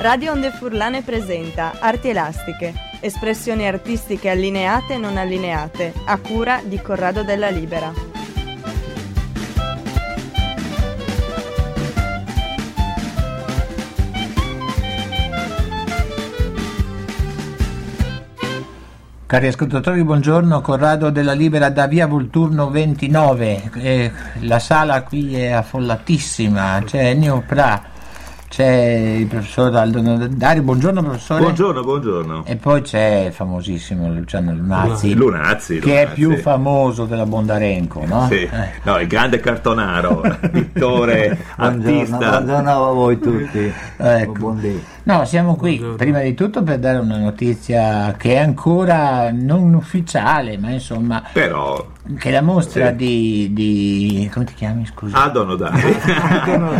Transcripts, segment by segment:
Radio Onde Furlane presenta Arti Elastiche, espressioni artistiche allineate e non allineate, a cura di Corrado Della Libera. Cari ascoltatori, buongiorno. Corrado della Libera da via Volturno 29. Eh, la sala qui è affollatissima. C'è Ennio Pra, c'è il professor Aldo Dari. Buongiorno, eh, professore. Buongiorno, buongiorno. E poi c'è il famosissimo Luciano Lunazzi, Lunazzi, che è Lunazzi. più famoso della Bondarenco, no? Sì. Eh, No, il grande cartonaro, pittore, Buongiorno, artista. buongiorno a voi tutti. Ecco. Buondì. No, siamo qui prima di tutto per dare una notizia che è ancora non ufficiale, ma insomma, Però che la mostra Sì. di, di- come ti chiami, scusa? Aldo Nodari, di Aldo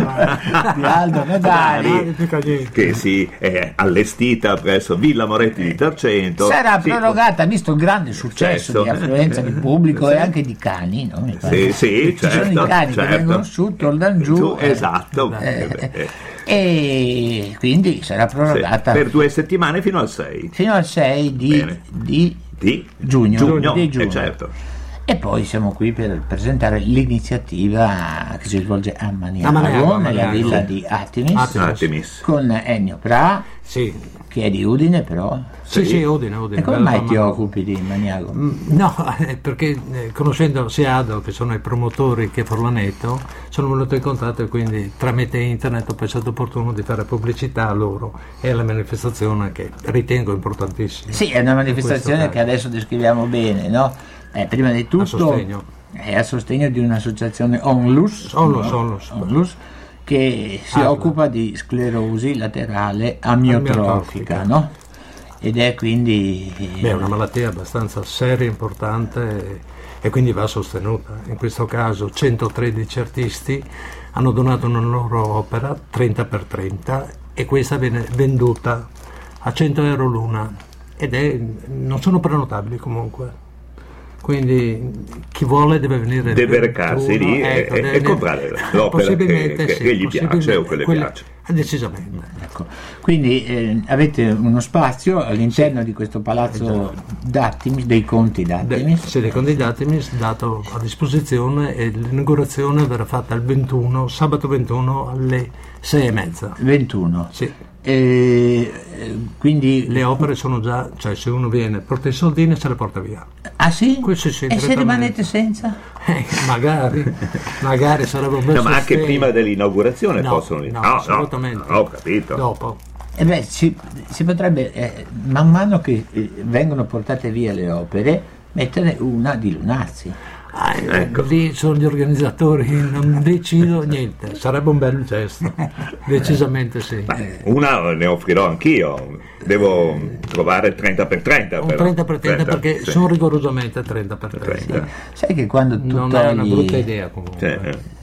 Ah, Nodari. Nodari, che si è allestita presso Villa Moretti di Tarcento, Sarà si- prorogata visto il grande successo Successo. di affluenza di pubblico e anche di cani, no? Mi pare. Sì, sì, Ci sono certo, i cani certo. che vengono su, tornano giù. Giù, eh, esatto. eh, Eh, E quindi sarà sì, prorogata Per due settimane fino al 6 fino al 6 di, Bene. di di giugno. giugno, Di eh, giugno. certo. E poi siamo qui per presentare l'iniziativa che si svolge a Maniago, A Maniago, a nella Maniago. villa di Artemis, Artemis. Artemis. con Ennio Pra, Sì, che è di Udine però. sì, sì, Odine, Odine. E come bella mai ti mamma. occupi di Maniago? No, eh, perché eh, conoscendo sia Ado che sono i promotori che Forlanetto, sono venuto in contatto e quindi tramite internet ho pensato opportuno di fare pubblicità a loro e alla manifestazione che ritengo importantissima. Sì, è una manifestazione Questo che adesso descriviamo bene, no? Eh, prima di tutto sostegno. è a sostegno di un'associazione Onlus, Onlus, Onlus. Onlus, che si Asla. occupa di sclerosi laterale amiotrofica, Amiotrofica. no? Ed è quindi Beh, è una malattia abbastanza seria, importante e, e quindi va sostenuta. In questo caso 113 artisti hanno donato una loro opera 30x30 e questa viene venduta a 100 euro l'una ed è, non sono prenotabili comunque. Quindi chi vuole deve venire il Deve 21, recarsi lì e- e- ecco, deve e venire- comprare l'opera Possibilmente che- sì, che gli piace possibilmente o che le quella- piace. eh, Decisamente. Ecco, Quindi eh, avete uno spazio all'interno di questo palazzo d'Attimis, dei conti Eh, Beh, d'Attimis. se dei candidati mi è dato a disposizione e l'inaugurazione verrà fatta il 21, sabato 21 alle 6 e mezza. 21. Sì, E, eh, quindi le opere sono già, cioè se uno viene, porta i soldini e se le porta via. Ah sì? Questo sì, e se direttamente. rimanete senza? Eh, magari, magari sarebbe un bel No, ma anche sostegno. prima dell'inaugurazione No, possono... no, Ah, assolutamente. No, ho capito. Dopo. Eh beh, si, si potrebbe, eh, man mano che eh, vengono portate via le opere, mettere una di Lunazzi. Ah, eh, Ecco. Lì sono gli organizzatori, non decido niente, sarebbe un bel gesto, decisamente sì. Beh, Una ne offrirò anch'io, devo trovare 30 per 30. Un però. 30 per 30 perché sì. sono rigorosamente 30 per 30. 30. Sai che quando tu Non è una togli- brutta idea Sì, comunque. eh.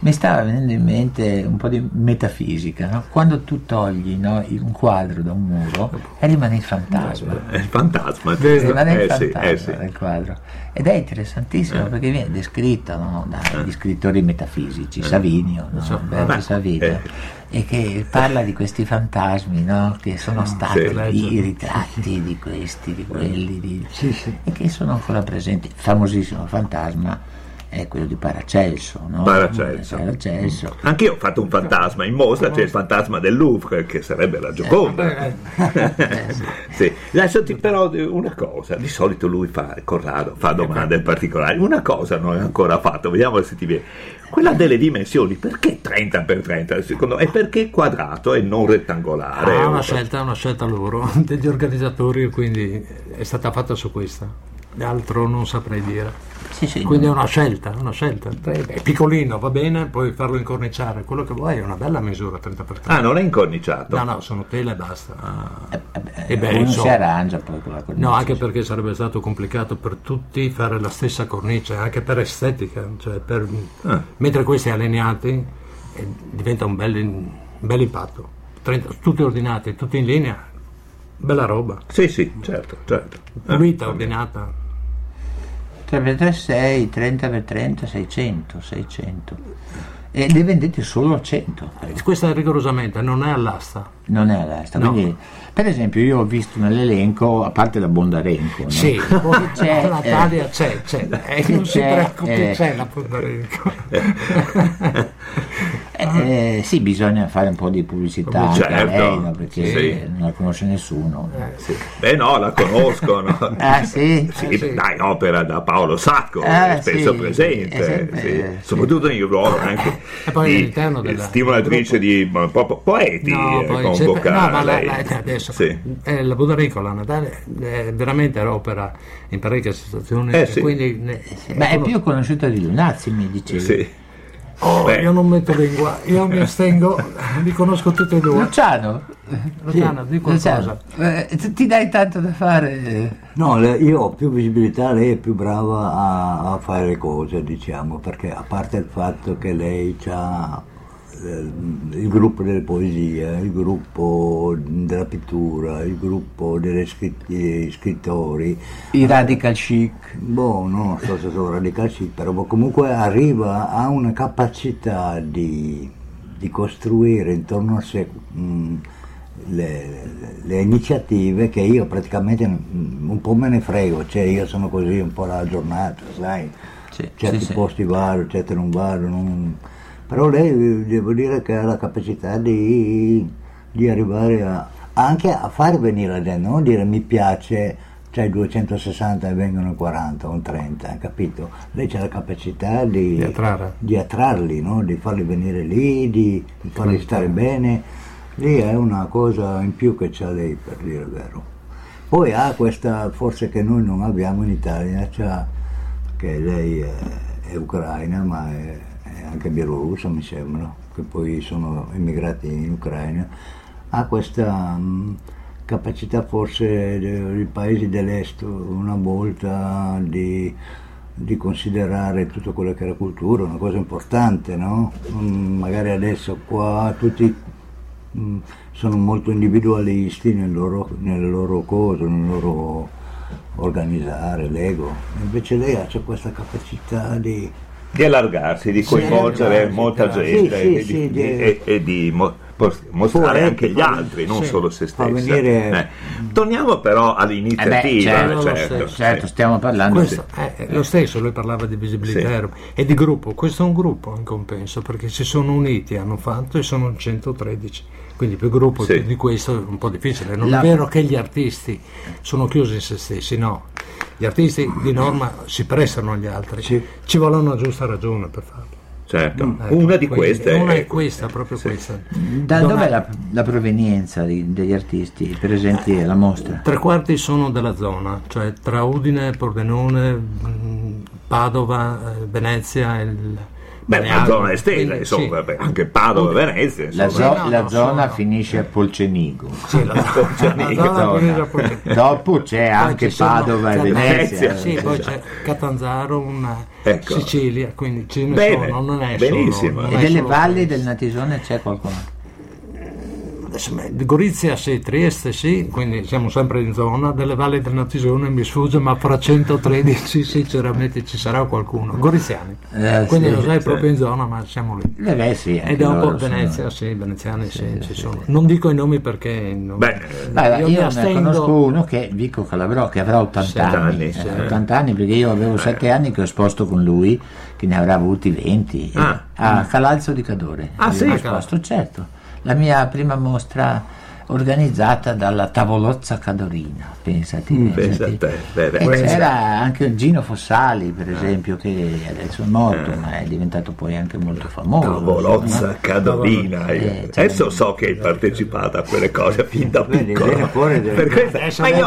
Mi stava venendo in mente un po' di metafisica, no? Quando tu togli no, un quadro da un muro e rimane il fantasma. È il fantasma. Rimane il Eh sì, fantasma eh sì. Eh. del quadro. Ed è interessantissimo perché viene descritto no, dagli scrittori metafisici, Savinio, no? Alberto Eh. Savinio, Eh. e che parla di questi fantasmi no, che sono stati Ah, sì. lì, i ritratti di questi, di quelli, di- e che sono ancora presenti. Il famosissimo fantasma è quello di Paracelso. No? Paracelso. Paracelso. Anch'io ho fatto un fantasma in mostra, c'è il fantasma del Louvre che sarebbe la Eh, Gioconda. Sì. Adesso ti però una cosa, di solito lui fa, Corrado, fa domande particolari, una cosa non è ancora fatto, vediamo se ti viene. Quella delle dimensioni, perché 30 per 30 secondo me? E perché quadrato e non rettangolare? Ah, O- una scelta, una scelta loro, degli organizzatori, quindi è stata fatta su questa. Altro non saprei dire. Sì, sì, Quindi è una scelta, una scelta. È piccolino, va bene, puoi farlo incorniciare, quello che vuoi, è una bella misura 30x30. Ah, non è incorniciato. No, no, sono tela e basta. Ah. eh, E beh, uno si insomma. arrangia poi con la cornice. No, anche perché sarebbe stato complicato per tutti fare la stessa cornice, anche per estetica, cioè per- Eh. mentre questi allineati eh, diventa un bel, un bel impatto. 30 tutti ordinati, tutti in linea, bella roba, Eh. Sì, sì, certo, certo. pulita, ordinata. 3 per 3 6, 30 per 30 600, 600. E le vendete solo a 100. Questa rigorosamente non è all'asta. Non è all'asta. No. Quindi, per esempio, io ho visto nell'elenco, a parte la Bondarenco, no? Sì, poi C'è, c'è, la eh. Italia c'è, c'è, Eh, non si C'è, preoccupi, eh. c'è la Punta Rico. Eh, eh, sì, bisogna fare un po' di pubblicità anche a Certo, lei, no? perché sì. Eh. non la conosce nessuno. Sì. Beh no, la conoscono. Ah sì? Sì, Eh, sì. Eh, dai, opera da Paolo Sacco, Ah, è spesso sì, presente, è sempre- sì. eh, sì. soprattutto nel ruolo anche E Eh, poi di all'interno della- stimolatrice di ma, po- po- poeti eh, c'è- convocare. no, ma la, lei. la- adesso Sì. eh, la Budarico la Natale eh, veramente era opera in parecchie situazioni Eh, e sì. quindi ne- eh, Ma è uno- più conosciuta di Lunazzi, mi dicevi. Sì. Oh, Beh. io non metto lingua io mi astengo li conosco tutti e due Luciano, Luciano di qualcosa Luciano, eh, t- ti dai tanto da fare. eh. No, le- io ho più visibilità, lei è più brava a, a fare le cose, diciamo, perché a parte il fatto che lei ha il gruppo delle poesie, il gruppo della pittura, il gruppo degli scrittori, I radical chic. boh, non so se sono radical chic, però boh, comunque arriva a una capacità di, di costruire intorno a sé mh, le, le iniziative che io praticamente mh, un po' me ne frego, cioè io sono così un po' la giornata, sai, Cioè, Sì, certi sì, sì. posti vado, certi non vado, non- però lei eh, devo dire che ha la capacità di, di arrivare a, anche a far venire dentro, non dire mi piace, c'hai 260 e vengono 40 o 30, capito? Lei ha la capacità di, Di attrarre. di attrarli, no? di farli venire lì, di, di farli stare bene. Lì è una cosa in più che c'ha lei, per dire il vero. Poi ha questa, forse che noi non abbiamo in Italia, c'ha, che lei è, è ucraina, ma è, è anche bielorussa, mi sembra, che poi sono emigrati in Ucraina, ha questa mm, capacità forse de- dei paesi dell'est una volta di, di considerare tutto quello che è la cultura, una cosa importante, no? Mm, magari adesso qua tutti Mm, sono molto individualisti nel loro, nel loro coso, nel loro organizzare l'ego. Invece lei ha c'è questa capacità di... di allargarsi, di coinvolgere allargarsi, molta però. gente Sì, e, di, sì, sì, di- di- e- e di mo- pos- mostrare Poeti, anche gli fa- altri, non sì, solo se fa stessi. Eh. venire- Torniamo però all'iniziativa, Eh beh, certo, certo, sì, Certo, sì. stiamo parlando Questo è lo stesso, lui parlava di visibilità e di gruppo, questo è un gruppo in compenso perché si sono uniti, hanno fatto e sono 113, quindi più gruppo Sì. più di questo è un po' difficile, non La- è vero che gli artisti sono chiusi in se stessi, no, gli artisti di norma si prestano agli altri, Sì. ci vuole una giusta ragione per farlo. certo. Ecco, Una di quindi queste ecco. Una è è questa, proprio questa. Da Dona- dov'è la, la provenienza di- degli artisti presenti alla mostra? Tre quarti sono della zona, cioè tra Udine, Pordenone, mh, Padova, eh, Venezia, il Beh, la Baleari. zona estesa, Quindi, sì. insomma, beh, anche Padova, Venezia, La, insomma. zo- no, la no, zona sono- finisce a Polcenigo. Sì, la cioè, zona, la zona Zona. quindi la Pordenone. Dopo c'è Poi anche ci sono- Padova e c'è Venezia. Venezia, Esatto. Sì, poi c'è Catanzaro, una Ecco. Sicilia, quindi ce ne Bene, sono, non è benissimo. solo. non E è delle solo valli questo. del Natisone c'è qualcuno? Adesso, ma- Gorizia sì, Trieste sì, quindi siamo sempre in zona, delle valli del Natisone mi sfugge, ma fra 113 sinceramente ci sarà qualcuno. Goriziani. Eh, quindi sì, non sei proprio in zona, ma siamo lì. Eh beh sì, anche E dopo loro sono- Venezia, sì, veneziani sì, ci sono. Non dico i nomi perché non... Beh, Guarda, Io io, mi ne astengo- conosco uno che è Vico Calabrò che avrà 80 anni, anni, eh, sì. Eh. 80 anni perché io avevo 7 anni che ho sposto con lui che ne avrà avuti 20 eh, Ah. a Calalzo di Cadore Ah, sì? ho sposto, certo la mia prima mostra organizzata dalla tavolozza cadorina pensati, pensa a pensati. te. Mm, Beh, beh, Eh. E pensa. c'era anche Gino Fossali per esempio che adesso è morto ma è diventato poi anche molto famoso insomma. Eh. Tavolozza Cadolina. Eh, cioè- Adesso so che hai partecipato a quelle cose fin da Vedi, piccolo. viene fuori del- Per questo, Adesso ma io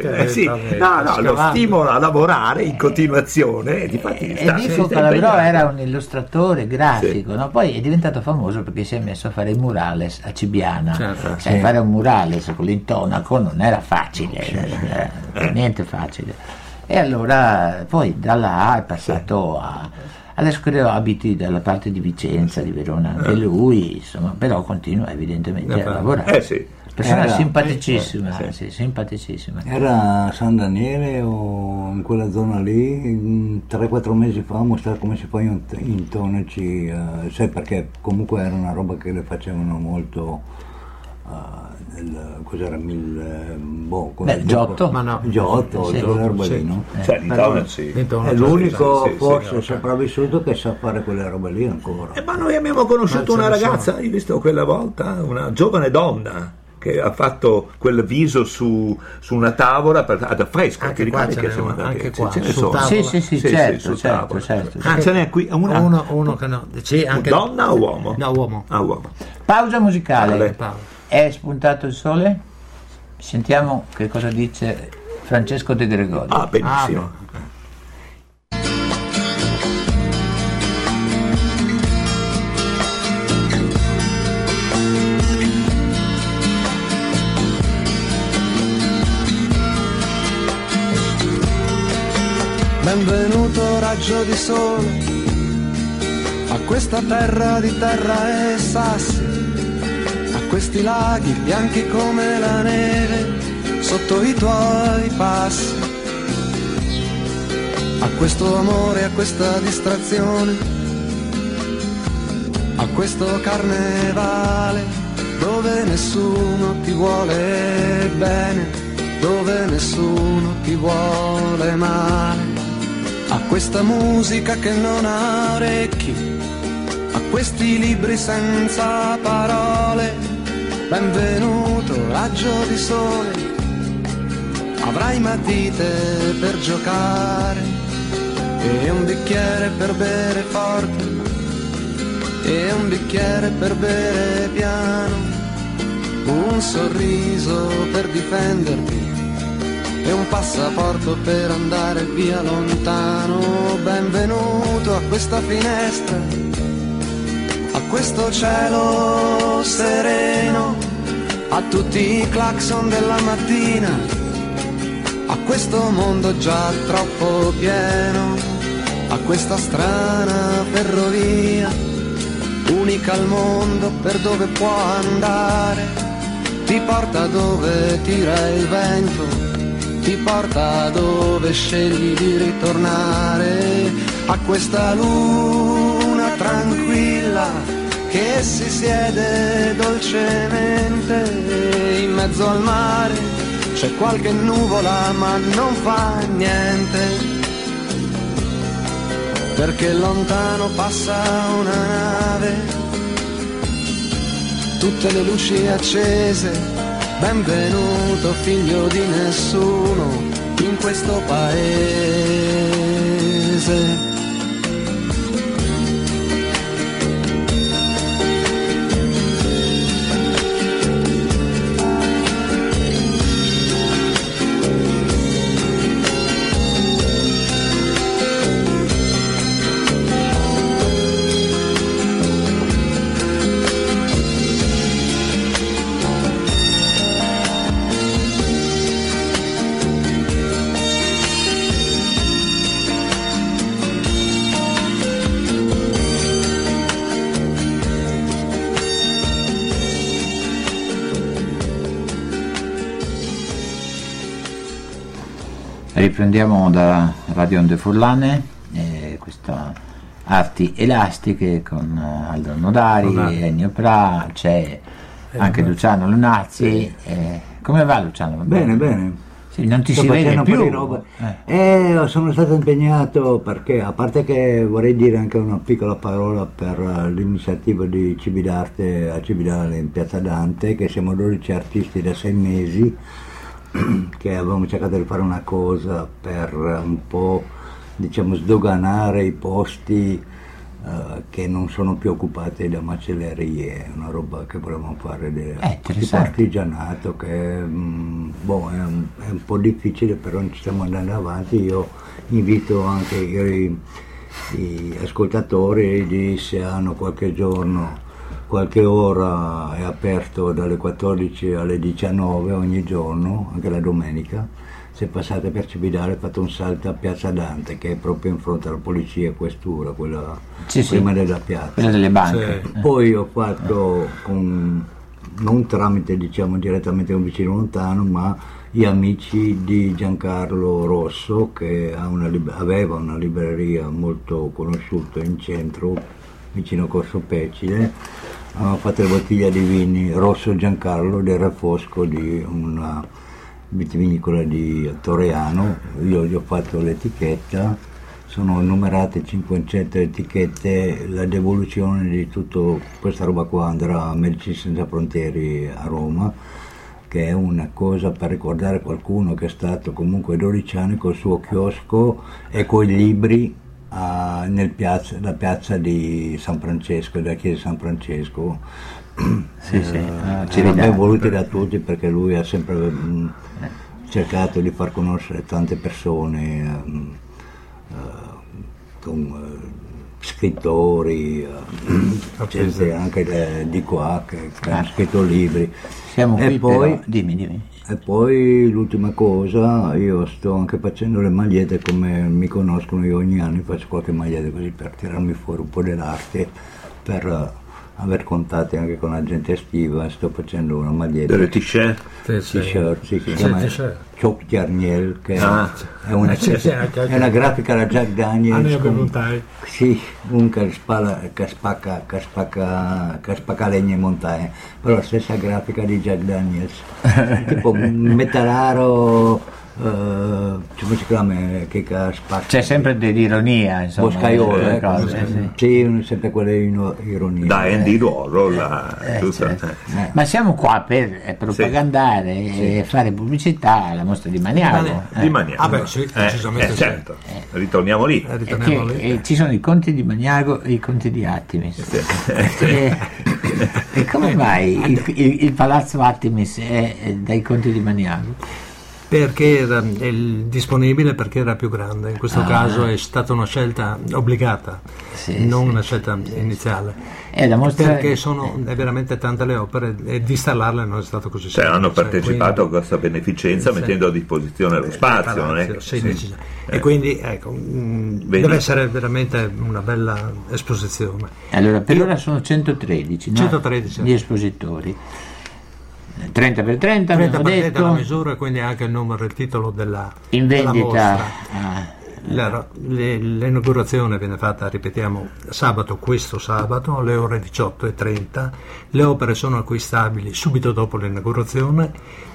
infatti, eh, sì, lentamente, no, no, lo scavando. stimola a lavorare in continuazione. E difatti Eh, E sta- si Vico sta Calabrò impegnando. era un illustratore grafico, no? poi è diventato famoso perché si è messo a fare i murales a Cibiana. Certo. Sai, fare un murales con l'intonaco non era facile, eh, eh, niente facile. E allora poi dalla A è passato a... Adesso credo abiti dalla Eh. parte di Vicenza, di Verona, anche lui, insomma, però continua evidentemente a lavorare. Eh sì. eh, Persona Era- simpaticissima, Sì. sì, simpaticissima. Era a San Daniele o in quella zona lì, 3-4 mesi fa, a mostrare come si fa in- intonici, eh, sai perché comunque era una roba che le facevano molto, eh, del- cos'era, mil, boh, quel- Beh, Giotto. Ma no. Giotto, Sì, Eh. quella roba sì. lì, no? Cioè, l'intonaco sì. È l'unico sì, sì, forse no, sopravvissuto che sa fare quelle robe lì ancora. Eh, ma noi abbiamo conosciuto Ma ce una ne sono. ragazza, hai visto quella volta, una giovane donna che ha fatto quel viso su, su una tavola per, ad affresco. Anche ti qua ricordi ce che n'è siamo una, andati? anche Sì, qua, ce ne sul sono. tavola. Sì, sì, sì, Sì, sì, certo, sul certo, tavolo. certo. Ah, ce n'è qui una, uno, uno che no. Sì, anche... donna o uomo? No, uomo. Ah, uomo. Pausa musicale. Vale. Paolo. È spuntato il sole? Sentiamo che cosa dice Francesco De Gregorio. Ah, benissimo. Benvenuto raggio di sole a questa terra di terra e sassi, a questi laghi bianchi come la neve sotto i tuoi passi, a questo amore, a questa distrazione, a questo carnevale dove nessuno ti vuole bene, dove nessuno ti vuole male a questa musica che non ha orecchi, a questi libri senza parole. Benvenuto raggio di sole, avrai matite per giocare e un bicchiere per bere forte e un bicchiere per bere piano. Un sorriso per difenderti e un passaporto per andare via lontano. Benvenuto a questa finestra, a questo cielo sereno, a tutti i clacson della mattina, a questo mondo già troppo pieno, a questa strana ferrovia, unica al mondo per dove può andare. Ti porta dove tira il vento, ti porta dove scegli di ritornare a questa luna tranquilla che si siede dolcemente in mezzo al mare. C'è qualche nuvola ma non fa niente perché lontano passa una nave, tutte le luci accese, benvenuto figlio di nessuno in questo paese. Riprendiamo da Radio Onde Furlane eh, questa arti elastiche con eh, Aldo Nodari, Nodari. Ennio Pra, c'è anche Luciano Lunazzi. eh, come va Luciano? Va Bene, bene. Sì, non ti Sto si vede facendo un po' più. di roba. Eh, Eh, sono stato impegnato perché, a parte che vorrei dire anche una piccola parola per eh, l'iniziativa di Cividarte a Cividale in Piazza Dante, che siamo 12 artisti da sei mesi, che avevamo cercato di fare una cosa per eh, un po', diciamo, sdoganare i posti eh, che non sono più occupati da macellerie, una roba che volevamo fare di Eh, di interessante. artigianato che mm, boh, è, un, è un po' difficile però ci stiamo andando avanti io invito anche i, i ascoltatori di se hanno qualche giorno qualche ora è aperto dalle 14 alle 19 ogni giorno anche la domenica se passate per Cividale fate un salto a Piazza Dante che è proprio in fronte alla polizia e questura quella Sì, sì. prima della piazza Eh. Quella delle banche. Sì. poi ho fatto con non tramite diciamo direttamente un vicino lontano, ma gli amici di Giancarlo Rosso che ha una lib- aveva una libreria molto conosciuta in centro, vicino a Corso Pecile, hanno fatto le bottiglie di vini Rosso Giancarlo del refosco di una vitivinicola di Toreano, io gli ho fatto l'etichetta sono numerate 500 etichette, la devoluzione di tutta questa roba qua andrà a Medici Senza Frontieri a Roma, che è una cosa per ricordare qualcuno che è stato comunque 12 anni col suo chiosco e coi libri a- nel piazza, la piazza di San Francesco, della chiesa di San Francesco. Eh, Sì, sì, ah, ci Sono ben vediamo. voluti da tutti perché lui ha sempre mm, Eh. cercato di far conoscere tante persone. mm, eh, con eh, scrittori, eh, gente anche eh, di qua che, che hanno scritto libri. Certo. Siamo e qui poi, però- dimmi, dimmi. e poi l'ultima cosa, io sto anche facendo le magliette come mi conoscono, io ogni anno faccio qualche maglietta così per tirarmi fuori un po' dell'arte, per eh, aver contatti anche con la gente estiva, sto facendo una maglietta Delle t-shirt? Sì, sì. t-shirt sì, che si Sì, chiama t-shirt. Eh, Choc Garniel che Ah. è, una, Sì, sì, anche- è una grafica da Jack Ah, ne Daniels abbiamo con- un tai. sì, un che spala- che spacca, che spacca- che spacca legna in montagna eh? però la stessa grafica di Jack Daniels tipo un metalaro eh, come si chiama eh, che ca- spacca C'è sempre dell'ironia, insomma. Boscaiolo, nelle eh, cose, sì. sì, un- sempre quella ino- ironia Da eh? eh. Andy Warhol, la- tutta- certo. Eh. certo. Ma siamo qua per eh, propagandare e fare pubblicità alla mostra di Maniago. Eh. di Maniago. Ah, beh, sì, decisamente eh, sì. certo. Ritorniamo lì. Eh, Eh, ritorniamo che, lì. eh, ci sono i conti di Maniago e i conti di Attimis. Eh, e come mai il, il- il palazzo Attimis è eh, dai conti di Maniago? Perché era il- disponibile perché era più grande, in Ah. questo caso è stata una scelta obbligata, Sì, non sì, una scelta iniziale. È la mostra Perché sono è veramente tante le opere e distallarle non è stato così Cioè, semplice. hanno partecipato a quindi- questa beneficenza Sì. Eh, mettendo a disposizione lo spazio, non è Palazzo, che- sì, sì. Eh. decisa- E quindi ecco, mm, deve essere veramente una bella esposizione. Allora, per ora sono 113, no? 113. gli espositori. Eh, 30 per 30, 30 abbiamo partite detto, la misura e quindi anche il numero e il titolo della, in della vendita. mostra. ah, La- le- l'inaugurazione viene fatta, ripetiamo, sabato, questo sabato, alle ore 18.30. Le opere sono acquistabili subito dopo l'inaugurazione.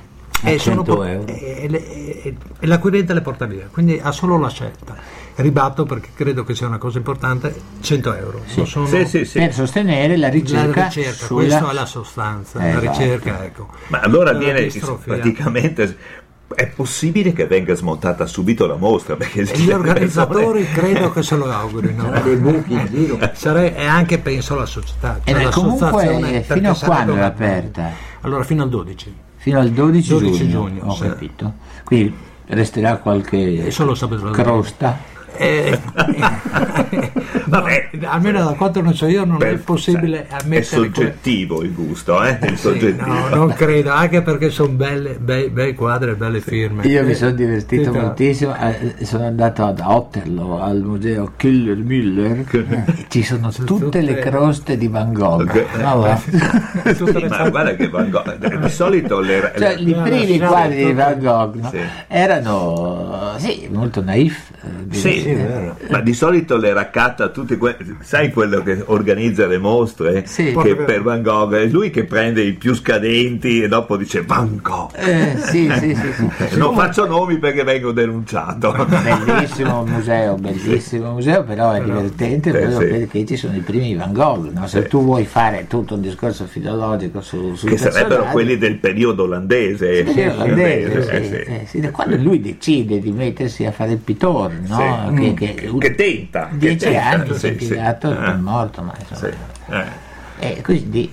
E, 100 po- euro. e, le- e- e l'acquirente le porta via, quindi ha solo la scelta. Ribatto perché credo che sia una cosa importante: 100 euro. Non sono Sì, sì, sì. Eh, Per sostenere la la ricerca, ricerca, sulla- questa è la sostanza, Eh, la esatto. ricerca, ecco. Ma allora La viene distrofia. praticamente. eh. È possibile che venga smontata subito la mostra? Perché E gli organizzatori credo che se lo augurino. dei buchi in giro Sarei, e anche penso alla società. Eh, Cioè ma la comunque, sostanzione, eh, perché fino a sarebbe quando è una- aperta? Allora, fino al 12. fino al 12, 12 giugno, giugno, ho sì. capito. Quindi resterà qualche E solo sabato e domenica. crosta. Eh, Vabbè, almeno da quanto non so io non per- è possibile cioè, È ammettere que- soggettivo il gusto, eh? Il Sì, soggettivo. no, non credo, anche perché sono belle, bei, bei quadri e belle firme. Io mi Eh, sono divertito sì, tra- moltissimo, eh, sono andato ad Otterlo, al museo Killer Miller, e ci sono tutte, tutte- le croste di Van Gogh. Ok. No, va? tutte le Ma guarda che Van Gogh, di solito le, Cioè, le- i primi lasciate quadri di tutte- Van Gogh no? Sì. erano sì, molto naif. eh, Sì, direi. ma di solito le raccatta tutti que- sai quello che organizza le mostre Sì. che per Van Gogh è lui che prende i più scadenti e dopo dice Van Gogh. Eh, sì, sì, sì, sì. Eh, Non faccio nomi perché vengo denunciato. Bellissimo museo, bellissimo museo, però è divertente eh, proprio sì. perché ci sono i primi Van Gogh. no? Se tu vuoi fare tutto un discorso filologico su, sul che sarebbero personaggio, quelli del periodo olandese. Sì, olandese, Eh, sì, sì. eh, sì. Da Quando lui decide di mettersi a fare il pittore, no? Sì. Mm. che, Che tenta, che dieci tenta, anni si è sì, sì. piegato Ah. è morto, ma insomma, Sì, eh. e quindi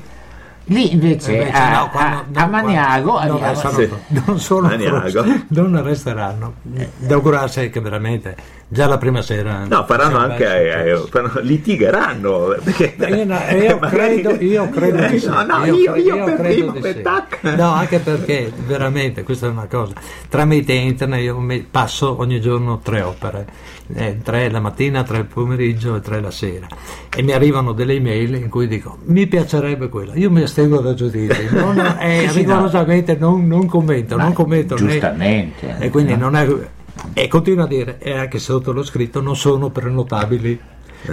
lì invece, invece a, no, quando- a- no, a quando- Maniago no, abbiamo- sono- Sì. non sono Maniago. Eh, non resteranno da augurarsi che veramente Già la prima sera. No, faranno siamo anche, verso- eh, faranno- litigheranno. Perché, Ma Io, no, io magari- credo, io credo di sì. No, no, io, io per credo primo, di per sì. tac. No, anche perché veramente questa è una cosa. Tramite internet io mi passo ogni giorno tre opere, eh, tre la mattina, tre il pomeriggio e tre la sera. E mi arrivano delle email in cui dico mi piacerebbe quella. Io mi astengo da giudizio, non, eh, Sì, sì, no. rigorosamente non, non commento, non commento. né- giustamente. e quindi non è e continua a dire e anche sotto lo scritto non sono prenotabili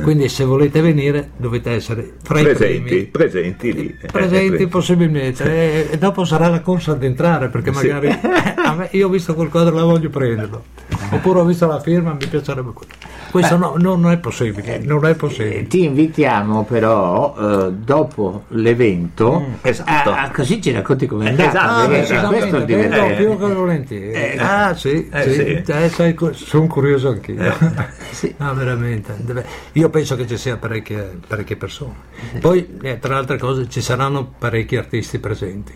quindi se volete venire dovete essere fra i Eh. Presenti, primi presenti lì. presenti Eh, possibilmente e, e dopo sarà la corsa ad entrare perché Eh, Sì. magari eh, a me- io ho visto quel quadro la voglio prenderlo Eh. oppure ho visto la firma mi piacerebbe quello questo no, no, non è possibile non è Eh, possibile Ti invitiamo però eh, dopo l'evento, esatto. a- a- così ci racconti come è andata. esatto, Ah, perché esatto. questo è decisamente, vengo divertente. più che volentieri. ah, sì, eh, sì, sì. eh, sai, co- sono curioso anch'io. Sì. No, veramente. deve- Io penso che ci sia parecchie, parecchie persone. Poi, eh, tra le altre cose, ci saranno parecchi artisti presenti.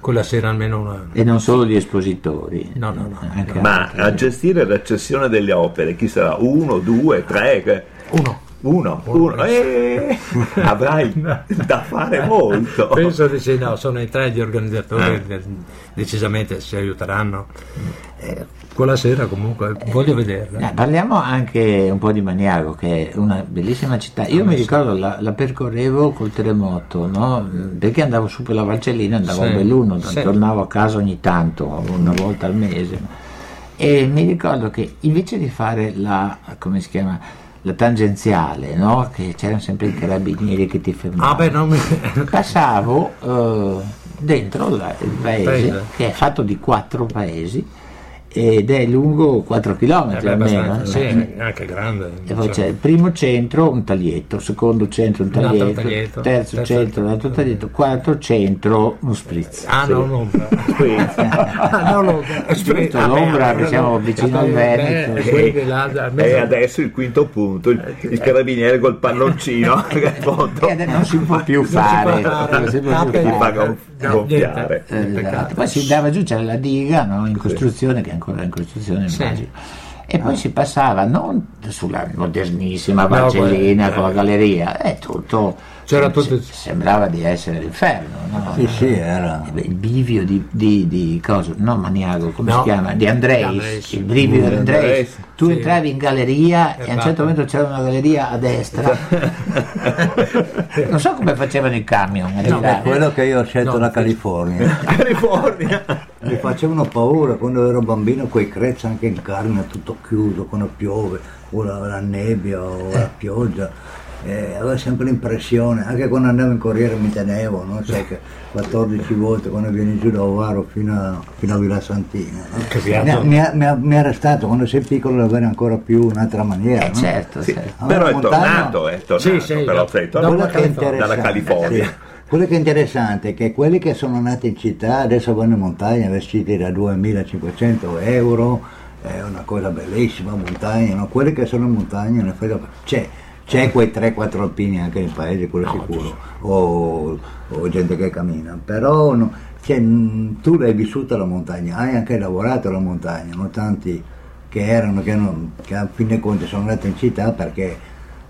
Quella sera almeno una. E non solo gli espositori. No, no, no. Anche- Ma a gestire la cessione delle opere, chi sarà? Uno, due, tre? che- Uno. Uno, uno. Eh, avrai da fare molto. Penso di sì, no, sono i tre gli organizzatori, eh, decisamente si aiuteranno. Eh, quella sera comunque voglio vederla. Eh, parliamo anche un po' di Maniago, che è una bellissima città. Io mi ricordo la, la percorrevo col terremoto, no? perché andavo su per la Valcellina, andavo Sì. a Belluno, Sì. tornavo a casa ogni tanto, una volta al mese. E mi ricordo che invece di fare la, come si chiama, la tangenziale, no? che c'erano sempre i carabinieri che ti fermavano, Ah, beh, non mi. passavo eh, dentro la- il paese, Paese. che è fatto di quattro paesi ed è lungo 4 km Eh, beh, almeno. abbastanza, sì, eh. è anche grande. E poi insomma. c'è il primo centro un taglietto, secondo centro un Un altro taglietto, taglietto, terzo, terzo centro un altro taglietto, quarto centro uno spritz. Ah, no, l'ombra. ah, no, l'ombra. Spritz l'ombra che siamo vicino al Eh, Veneto. quelli là, da- E eh, adesso il quinto punto, Eh, il, il carabiniere col palloncino che è pronto. E adesso non si può più non si può fare. fare. non si può Ah, più per- fare. Ti paga un- no, gonfiare. niente, Eh, peccato. esatto. Poi si andava giù, c'era la diga no? in costruzione, che è ancora in costruzione Sì. immagino. E poi si passava non sulla modernissima Barcellina quella- con la galleria, è tutto. C'era se- tutto- se- Sembrava di essere l'inferno, no? Sì, sì, era. Eh beh, Il bivio di, di, di cosa? No, maniaco, come No. si chiama? Di Di Andreis. Andreis. Il bivio di Andreis. Andreis, Tu sì. entravi in galleria e a un basta. certo momento c'era una galleria a destra. non so come facevano i camion. a girare. È quello che io ho scelto No, la California. California. Mi facevano paura quando ero bambino quei crezzi anche in carne tutto chiuso quando piove o la, la nebbia o la pioggia Eh, avevo sempre l'impressione anche quando andavo in corriere mi tenevo no? Sai che 14 volte quando vieni giù da Ovaro fino a, fino a Villa Santina no? Che viaggio. mi, ha- mi ha- mi ha- mi ha restato quando sei piccolo deve avere ancora più un'altra maniera Eh, no? certo, certo. Ah, Però è montagna. tornato, è tornato, Sì, sì, però da- sei da- tornato Quello che è dalla interessante, California. sì. Quello che è interessante è che quelli che sono nati in città adesso vanno in montagna vestiti da 2500 euro, è una cosa bellissima, montagna, no? quelli che sono in montagna ne frega- c'è. C'è quei 3-4 alpini anche nel paese, quello sicuro, o, o gente che cammina, però no, c'è- mh, tu l'hai vissuta la montagna, hai anche lavorato la montagna, non tanti che erano, che, non, che a fin dei conti sono andati in città perché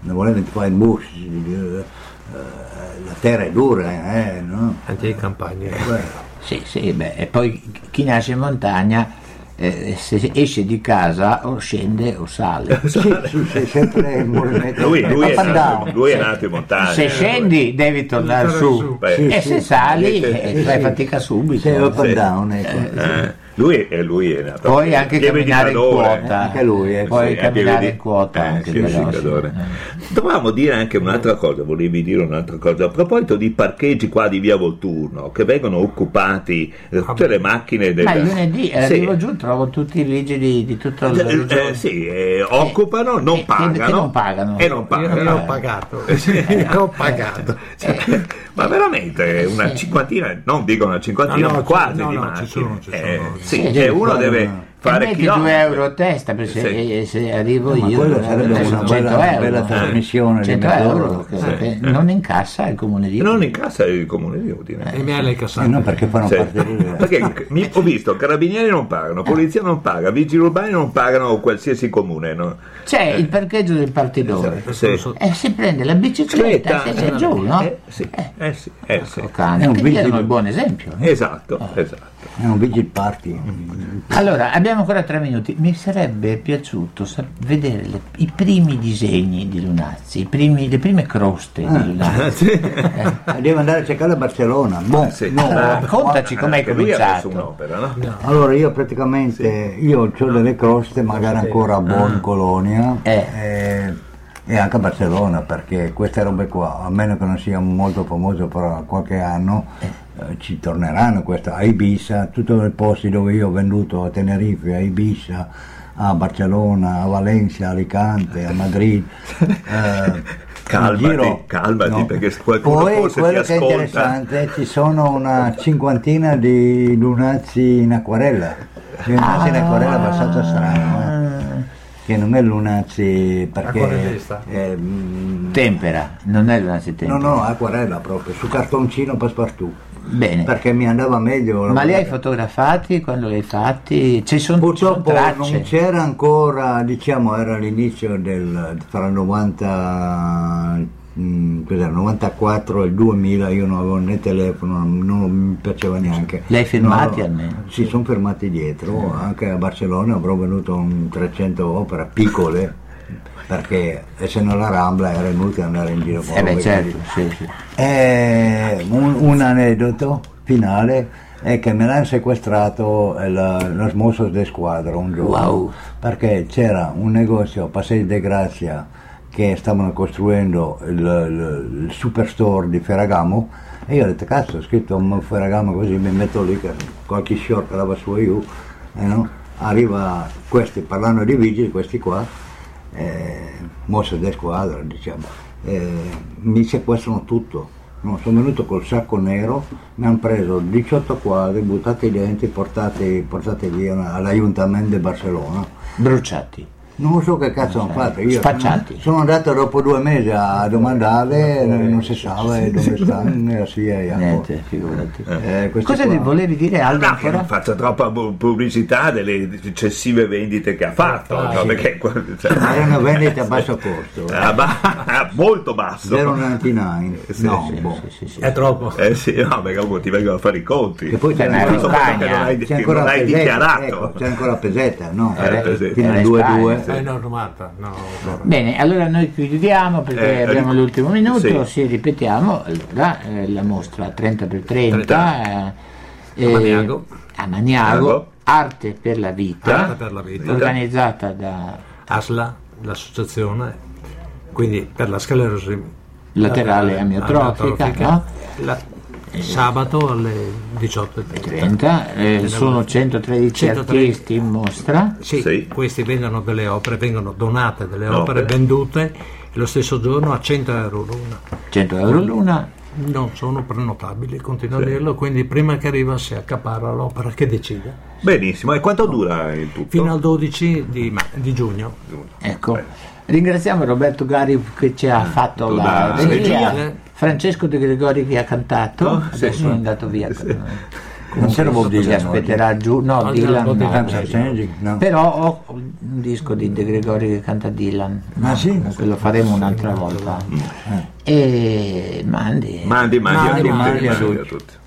non volevano fare il bus, eh, eh, la terra è dura, eh, no? Anche in campagna. Beh, Sì, sì, beh, e poi chi nasce in montagna, eh, se esce di casa o scende o sale. Sì, sì, sì, sempre il movimento. Lui, lui, è, up and nato, down. lui è nato in montagna. Se scendi devi tornare Tornare su, su. Beh, e sì, se sì. sali eh, Sì, fai sì. fatica subito. Sì, up and Sì. down, ecco. Eh, lui, è, lui è nato. Poi anche pieve di camminare in calore. quota. Anche lui, eh. Poi Sì, camminare pieve in quota. eh, anche eh. sì, però, sì, sì. calore. Dovevamo dire anche un'altra cosa, volevi dire un'altra cosa. A proposito di parcheggi qua di Via Volturno, che vengono occupati Ah, eh, tutte le macchine del... Ma il lunedì eh, Sì. arrivo giù, trovo tutti i vigili di tutto il Eh, eh, regione. sì, eh, occupano, non che- pagano, che non pagano. e non pagano. Io, io ho pagato. Eh, Io ho pagato. Cioè, ma veramente Eh, una cinquantina, non dico una cinquantina, No, no, ma ci- quasi no, di no, ci macchine. sono, ci sono. Eh, Sì, sì, sì, cioè, uno fare deve una- fare metti chilometri. 2 euro a testa per se, eh, Sì. e se arrivo Ma io quella eh, sarebbe adesso una 100 bella- euro. bella trasmissione di 100 euro mezz'ora. che- che non incassa il comune di E non incassa il comune di Udine. E mi ha lei Eh, cassato. no, perché fanno Sì. parte eh. del... Perché mi- ho visto carabinieri non Eh. pagano, polizia non paga, vigili urbani non pagano o qualsiasi comune. No? c'è eh. il parcheggio del partitore Sì. e si prende la bicicletta e si è giù no? Eh, sì, eh sì, eh sì. Porco cane, È un che vigile. diano il buon esempio eh. Esatto, esatto. È un vigil party. Mm. Allora, abbiamo ancora tre minuti. Mi sarebbe piaciuto sa- vedere le- i primi disegni di Lunazzi, i primi- le prime croste Ah. di Lunazzi. Eh, Devo andare a cercare a Barcellona. Boh, Sì. no. Ah, raccontaci com'è Anche lui ha cominciato. messo un'opera, no? Allora io praticamente io ho delle croste magari ancora a Ah. Bonn, Colonia Eh. eh, e anche a Barcellona perché queste robe qua, a meno che non sia molto famoso fra qualche anno, eh, ci torneranno queste, a Ibiza, tutti i posti dove io ho venduto a Tenerife, a Ibiza, a Barcellona, a Valencia, a Alicante, a Madrid. eh, Calmati, in giro. calmati, perché se qualcuno Poi, forse ti quello che è ascolta- interessante ci sono una cinquantina di lunazzi in acquarella di lunazzi in acquarella Ah. abbastanza strano eh, che non è lunazzi perché Acquarellista. eh, mm, Tempera, non è Lunazzi no Tempera. no acquarella proprio su cartoncino passepartout Bene. perché mi andava meglio Eh. Ma li hai fotografati quando li hai fatti? Ci sono ci sono Purtroppo non tracce. c'era ancora, diciamo, era l'inizio del tra il 90 mm, cos'era, 94 e il 2000 io non avevo né telefono, non mi piaceva neanche. Li hai firmati No, almeno? Sì, sono firmati dietro, anche a Barcellona avrò venuto un 300 opere piccole perché essendo la Rambla era inutile andare in giro con Eh beh, robe, certo, quindi- sì, sì. eh, un, un aneddoto finale è che me l'hanno sequestrato il- los Mossos de Squadra un giorno Wow. perché c'era un negozio a Passeggio de Grazia che stavano costruendo il, il- il superstore di Ferragamo e io ho detto cazzo ho scritto "Mm, Ferragamo così mi metto lì che qualche short lava su io eh no? arriva questi parlando di vigili questi qua eh, mosse del squadra, diciamo, eh, mi sequestrano tutto. No, sono venuto col sacco nero, mi hanno preso 18 quadri, buttati dentro, portati, portati via all'Ayuntamento di Barcellona. Bruciati. Non so che cazzo hanno fatto. Io Spacciati. Sono, sono andato dopo due mesi a domandare, eh, non si sa eh, dove stanno, eh, sì, eh, Niente, figurati. eh, questi Cosa qua. ti volevi dire Aldo No, che ancora? non faccia troppa bu- pubblicità delle eccessive vendite che ha fatto, no? perché Ma cioè, erano vendite a basso costo, eh. ah, ba- molto basso. 0,99. Sì, no, sì, boh. Sì, sì, sì. È troppo. Eh sì, no, perché comunque ti vengono a fare i conti. Che poi c'è Eh, una ma Tutto quello che Spagna, Cioè, non hai, c'è che ancora non hai Pesetta, dichiarato. ecco, c'è ancora Pesetta, no? Eh, Pesetta. Fino Era al in Spagna, 2-2. Eh, no, 90, no. no. Bene, allora noi chiudiamo perché Eh, abbiamo ric- l'ultimo minuto, sì. sì, ripetiamo, allora, eh, la mostra 30x30 eh, A Maniago. a Maniago, Maniago. Arte per la vita, Arte per la vita. organizzata da ASLA, l'associazione, quindi per la sclerosi eh, laterale amiotrofica, no? La- sabato alle 18.30. 30, eh, sono 113 113. artisti in mostra, Sì, Sì. questi vendono delle opere, vengono donate delle No, opere, beh. vendute e lo stesso giorno a 100 euro l'una. 100 euro l'una, Non sono prenotabili, continuo a dirlo, quindi prima che arriva si accaparra l'opera che decide. Benissimo, e quanto dura il tutto? Fino al 12 di, ma- di giugno. ecco. Ringraziamo Roberto Gari che ci ha fatto la da- regia, regia. Francesco De Gregori che ha cantato, Oh, sì. adesso è andato via. Non c'era Bob Ci Dylan aspetterà giù, no, Oggi Dylan era Bob no, Dylan, no, Sunset no. Magic, no? Però ho un disco di De Gregori che canta Dylan. Ah, sì? Comunque Lo faremo un'altra volta. E mandi. Mandi, mandi, Mandi, a tutti. mandi mandi a a tutti. tutti.